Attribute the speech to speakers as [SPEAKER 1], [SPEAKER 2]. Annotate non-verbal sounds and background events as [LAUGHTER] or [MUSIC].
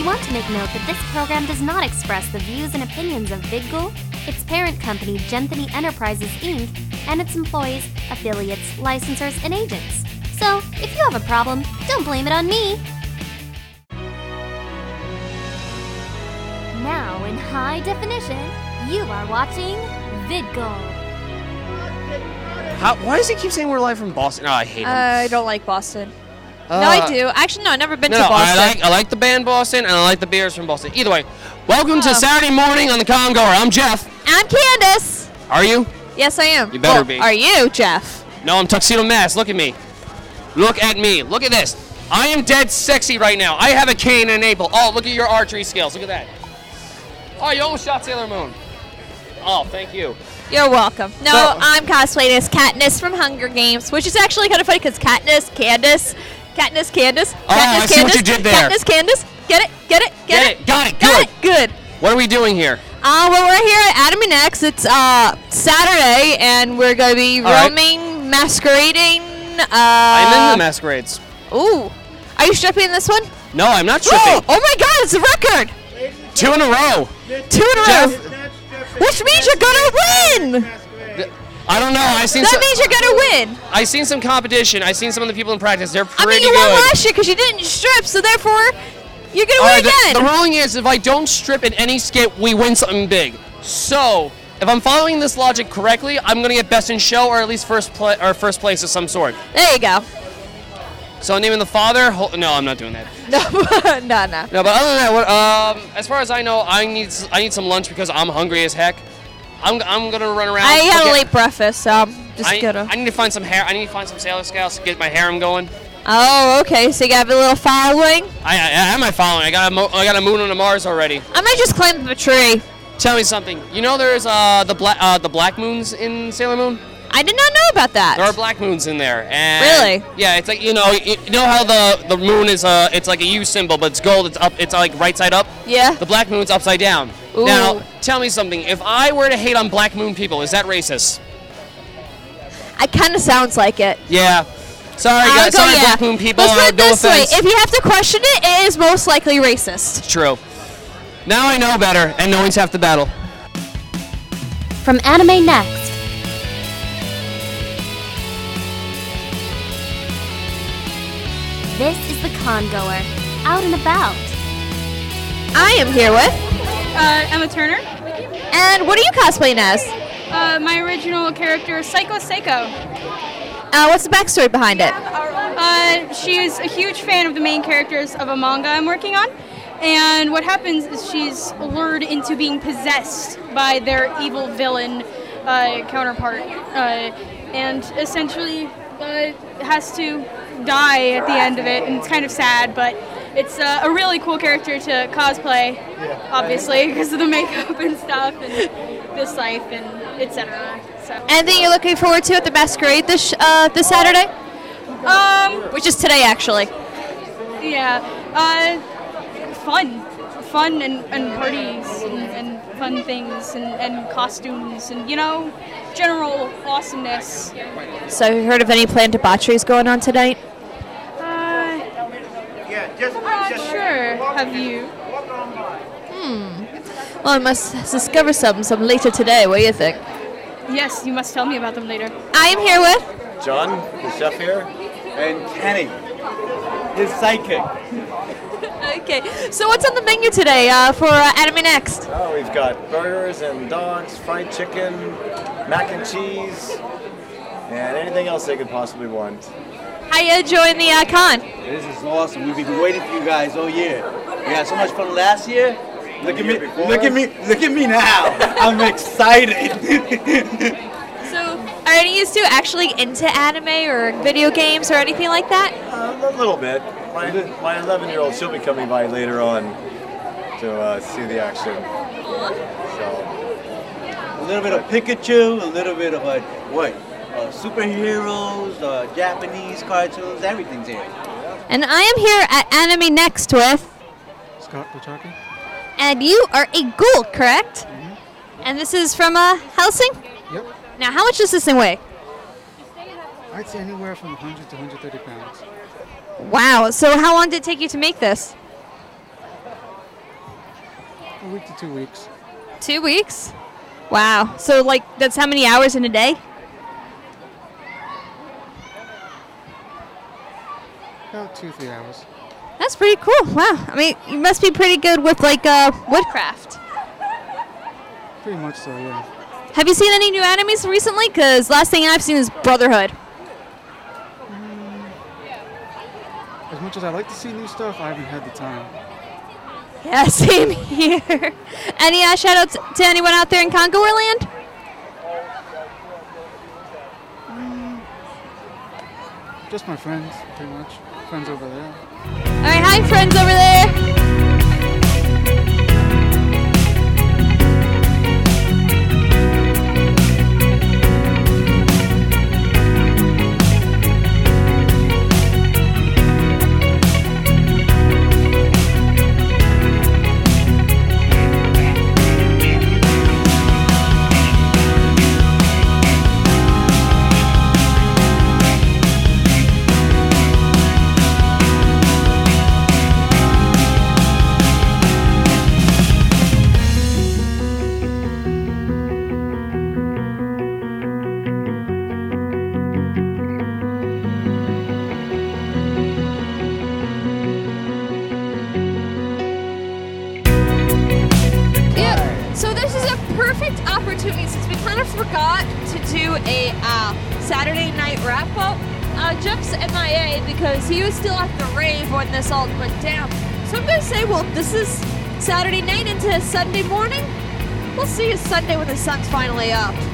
[SPEAKER 1] note that this program does not express the views and opinions of VidGul, its parent company Genthany Enterprises Inc., and its employees, affiliates, licensors, and agents. So, if you have a problem, don't blame it on me. Now, in high definition, you are watching VidGul.
[SPEAKER 2] How, why does he keep saying we're live from Boston? Oh, I hate him.
[SPEAKER 3] I don't like Boston.
[SPEAKER 2] Uh,
[SPEAKER 3] no, I do. Actually, no, I've never been
[SPEAKER 2] No,
[SPEAKER 3] to
[SPEAKER 2] no, I
[SPEAKER 3] Boston.
[SPEAKER 2] like I like the band Boston and I like the beers from Boston. Either way, welcome
[SPEAKER 3] Oh.
[SPEAKER 2] to Saturday morning on the Congoer. I'm Jeff.
[SPEAKER 3] I'm Candace.
[SPEAKER 2] Are you?
[SPEAKER 3] Yes, I am.
[SPEAKER 2] You better
[SPEAKER 3] Well,
[SPEAKER 2] be.
[SPEAKER 3] Are you, Jeff?
[SPEAKER 2] No, I'm tuxedo mask. Look at me. Look at me. Look at this. I am dead sexy right now. I have a cane and an apple. Oh, look at your archery skills. Look at that. Oh, you almost shot Sailor Moon. Oh, thank you.
[SPEAKER 3] You're welcome. No,
[SPEAKER 2] So-
[SPEAKER 3] I'm cosplaying as Katniss from Hunger Games, which is actually kind of funny because Katniss, Candace, Katniss, Candace, Katniss,
[SPEAKER 2] Oh, I see what you did there.
[SPEAKER 3] Katniss, Candace. Get it? Get it? Get,
[SPEAKER 2] Get
[SPEAKER 3] it?
[SPEAKER 2] it. Got it.
[SPEAKER 3] Got
[SPEAKER 2] Good.
[SPEAKER 3] it? Good.
[SPEAKER 2] What are we doing here?
[SPEAKER 3] Uh, well, we're here at Adam and X. It's uh, Saturday, and we're going to be
[SPEAKER 2] All right.
[SPEAKER 3] roaming, masquerading. Uh,
[SPEAKER 2] I'm in the masquerades.
[SPEAKER 3] Ooh. Are you stripping in this one?
[SPEAKER 2] No, I'm not
[SPEAKER 3] Oh,
[SPEAKER 2] tripping.
[SPEAKER 3] oh my god, it's a record!
[SPEAKER 2] Two in a row.
[SPEAKER 3] Two in a row!
[SPEAKER 2] Jeff,
[SPEAKER 3] Which means you're gonna win!
[SPEAKER 2] I don't know. I seen
[SPEAKER 3] That
[SPEAKER 2] some,
[SPEAKER 3] means you're gonna win!
[SPEAKER 2] I seen some competition. I seen some of the people in practice. They're
[SPEAKER 3] I
[SPEAKER 2] pretty
[SPEAKER 3] mean, you
[SPEAKER 2] good.
[SPEAKER 3] won last year because you didn't strip, so therefore, you're gonna
[SPEAKER 2] All right,
[SPEAKER 3] win
[SPEAKER 2] the,
[SPEAKER 3] again!
[SPEAKER 2] the ruling is if I don't strip in any skit, we win something big. So, if I'm following this logic correctly, I'm gonna get best in show or at least first pla- or first place of some sort.
[SPEAKER 3] there you go. [LAUGHS]
[SPEAKER 2] So, naming the father. Ho- no, I'm not doing that.
[SPEAKER 3] No, no, no.
[SPEAKER 2] No, but other than that, what, um, as far as I know, I need s- I need some lunch because I'm hungry as heck. I'm, I'm gonna run around.
[SPEAKER 3] I had a
[SPEAKER 2] forget-
[SPEAKER 3] late breakfast, so I'm just
[SPEAKER 2] I,
[SPEAKER 3] gonna.
[SPEAKER 2] I need to find some hair. I need to find some Sailor Scouts to get my harem going.
[SPEAKER 3] oh, okay, so you got a little following?
[SPEAKER 2] I, I, I am I following? I got a mo- I got a moon on a Mars already.
[SPEAKER 3] I might just climb up a tree.
[SPEAKER 2] Tell me something. You know there's uh the black uh, the black moons in Sailor Moon.
[SPEAKER 3] I did not know about that.
[SPEAKER 2] There are black moons in there. And
[SPEAKER 3] Really?
[SPEAKER 2] Yeah, it's like you know you you know how the the moon is uh it's like a U symbol, but it's gold. It's up. It's like right
[SPEAKER 3] [LAUGHS]
[SPEAKER 2] side up.
[SPEAKER 3] Yeah.
[SPEAKER 2] The black moon's upside down.
[SPEAKER 3] Ooh.
[SPEAKER 2] Now tell me something. If I were to hate on black moon people, is that racist?
[SPEAKER 3] It kind of sounds like it.
[SPEAKER 2] Yeah. Sorry,
[SPEAKER 3] I'll
[SPEAKER 2] guys.
[SPEAKER 3] go,
[SPEAKER 2] Sorry,
[SPEAKER 3] yeah.
[SPEAKER 2] black moon people.
[SPEAKER 3] Let's put
[SPEAKER 2] uh,
[SPEAKER 3] it
[SPEAKER 2] no
[SPEAKER 3] this
[SPEAKER 2] offense.
[SPEAKER 3] way: if you have to question it, it is most likely racist.
[SPEAKER 2] it's true. Now I know better, and knowing's half the battle.
[SPEAKER 1] From Anime Next. This is the Congoer, out and about.
[SPEAKER 3] I am here with.
[SPEAKER 4] Uh, Emma Turner.
[SPEAKER 3] And what are you cosplaying as?
[SPEAKER 4] Uh, my original character, Psycho Seiko.
[SPEAKER 3] Uh, what's the backstory behind it?
[SPEAKER 4] Uh, she's a huge fan of the main characters of a manga I'm working on. And what happens is she's lured into being possessed by their evil villain uh, counterpart. Uh, and essentially uh, has to die at the end of it. And it's kind of sad, but it's uh, a really cool character to cosplay, obviously, because of the makeup and stuff, and this life, and etc. So.
[SPEAKER 3] Anything you're looking forward to at the masquerade this sh- uh, this Saturday,
[SPEAKER 4] Um,
[SPEAKER 3] which is today actually.
[SPEAKER 4] yeah. Uh, fun. Fun and, and parties and, and fun things and, and costumes and, you know, general awesomeness.
[SPEAKER 3] So have you heard of any planned debaucheries going on tonight?
[SPEAKER 4] Uh,
[SPEAKER 5] Yeah, just,
[SPEAKER 4] not Uh, sure. Have you?
[SPEAKER 3] Well, I must discover some some later today. What do you think?
[SPEAKER 4] Yes, you must tell me about them later.
[SPEAKER 3] I am here with.
[SPEAKER 5] John, the chef here, and Kenny, his sidekick.
[SPEAKER 3] Okay. So what's on the menu today uh, for uh, Adam and Next?
[SPEAKER 5] Oh, we've got burgers and dogs, fried chicken, mac and cheese, and anything else they could possibly want.
[SPEAKER 3] How you enjoying the uh, con?
[SPEAKER 6] This is awesome. We've been waiting for you guys all year. We had so much fun last year. Look at me. Look at me. Look at me now. [LAUGHS] I'm excited.
[SPEAKER 3] So are any of you two actually into anime or video games or anything like that?
[SPEAKER 5] Uh, a little bit. My, my 11 year old, she'll be coming by later on to uh, see the action.
[SPEAKER 6] [LAUGHS]
[SPEAKER 5] So,
[SPEAKER 6] a little bit of Pikachu, a little bit of like what? Uh, superheroes, uh, Japanese cartoons, everything's here.
[SPEAKER 3] And I am here at Anime Next with.
[SPEAKER 7] Scott Pataki?
[SPEAKER 3] And you are a ghoul, correct? And this is from uh, Helsing?
[SPEAKER 7] Yep.
[SPEAKER 3] Now, how much does this thing weigh?
[SPEAKER 7] I'd say anywhere from 100 to 130 pounds.
[SPEAKER 3] Wow. So, how long did it take you to make this?
[SPEAKER 7] a week to two weeks.
[SPEAKER 3] Two weeks? Wow. So, like, that's how many hours in a day?
[SPEAKER 7] About two, three hours.
[SPEAKER 3] That's pretty cool. Wow. I mean, you must be pretty good with, like, uh, woodcraft.
[SPEAKER 7] Pretty much so, yeah.
[SPEAKER 3] Have you seen any new animes recently? Because last thing I've seen is Brotherhood.
[SPEAKER 7] As much as I like to see new stuff, I haven't had the time.
[SPEAKER 3] Yeah, [LAUGHS] same here. Any uh, shout outs to anyone out there in Congoerland?
[SPEAKER 7] Just my friends, pretty much. Friends over there.
[SPEAKER 3] All right, hi, friends over there. Yeah. So this is a perfect opportunity since we kind of forgot to do a uh, Saturday night wrap up. Uh, Jeff's MIA because he was still at the rave when this all went down. So I'm gonna say, well, this is Saturday night into Sunday morning. We'll see you Sunday when the sun's finally up.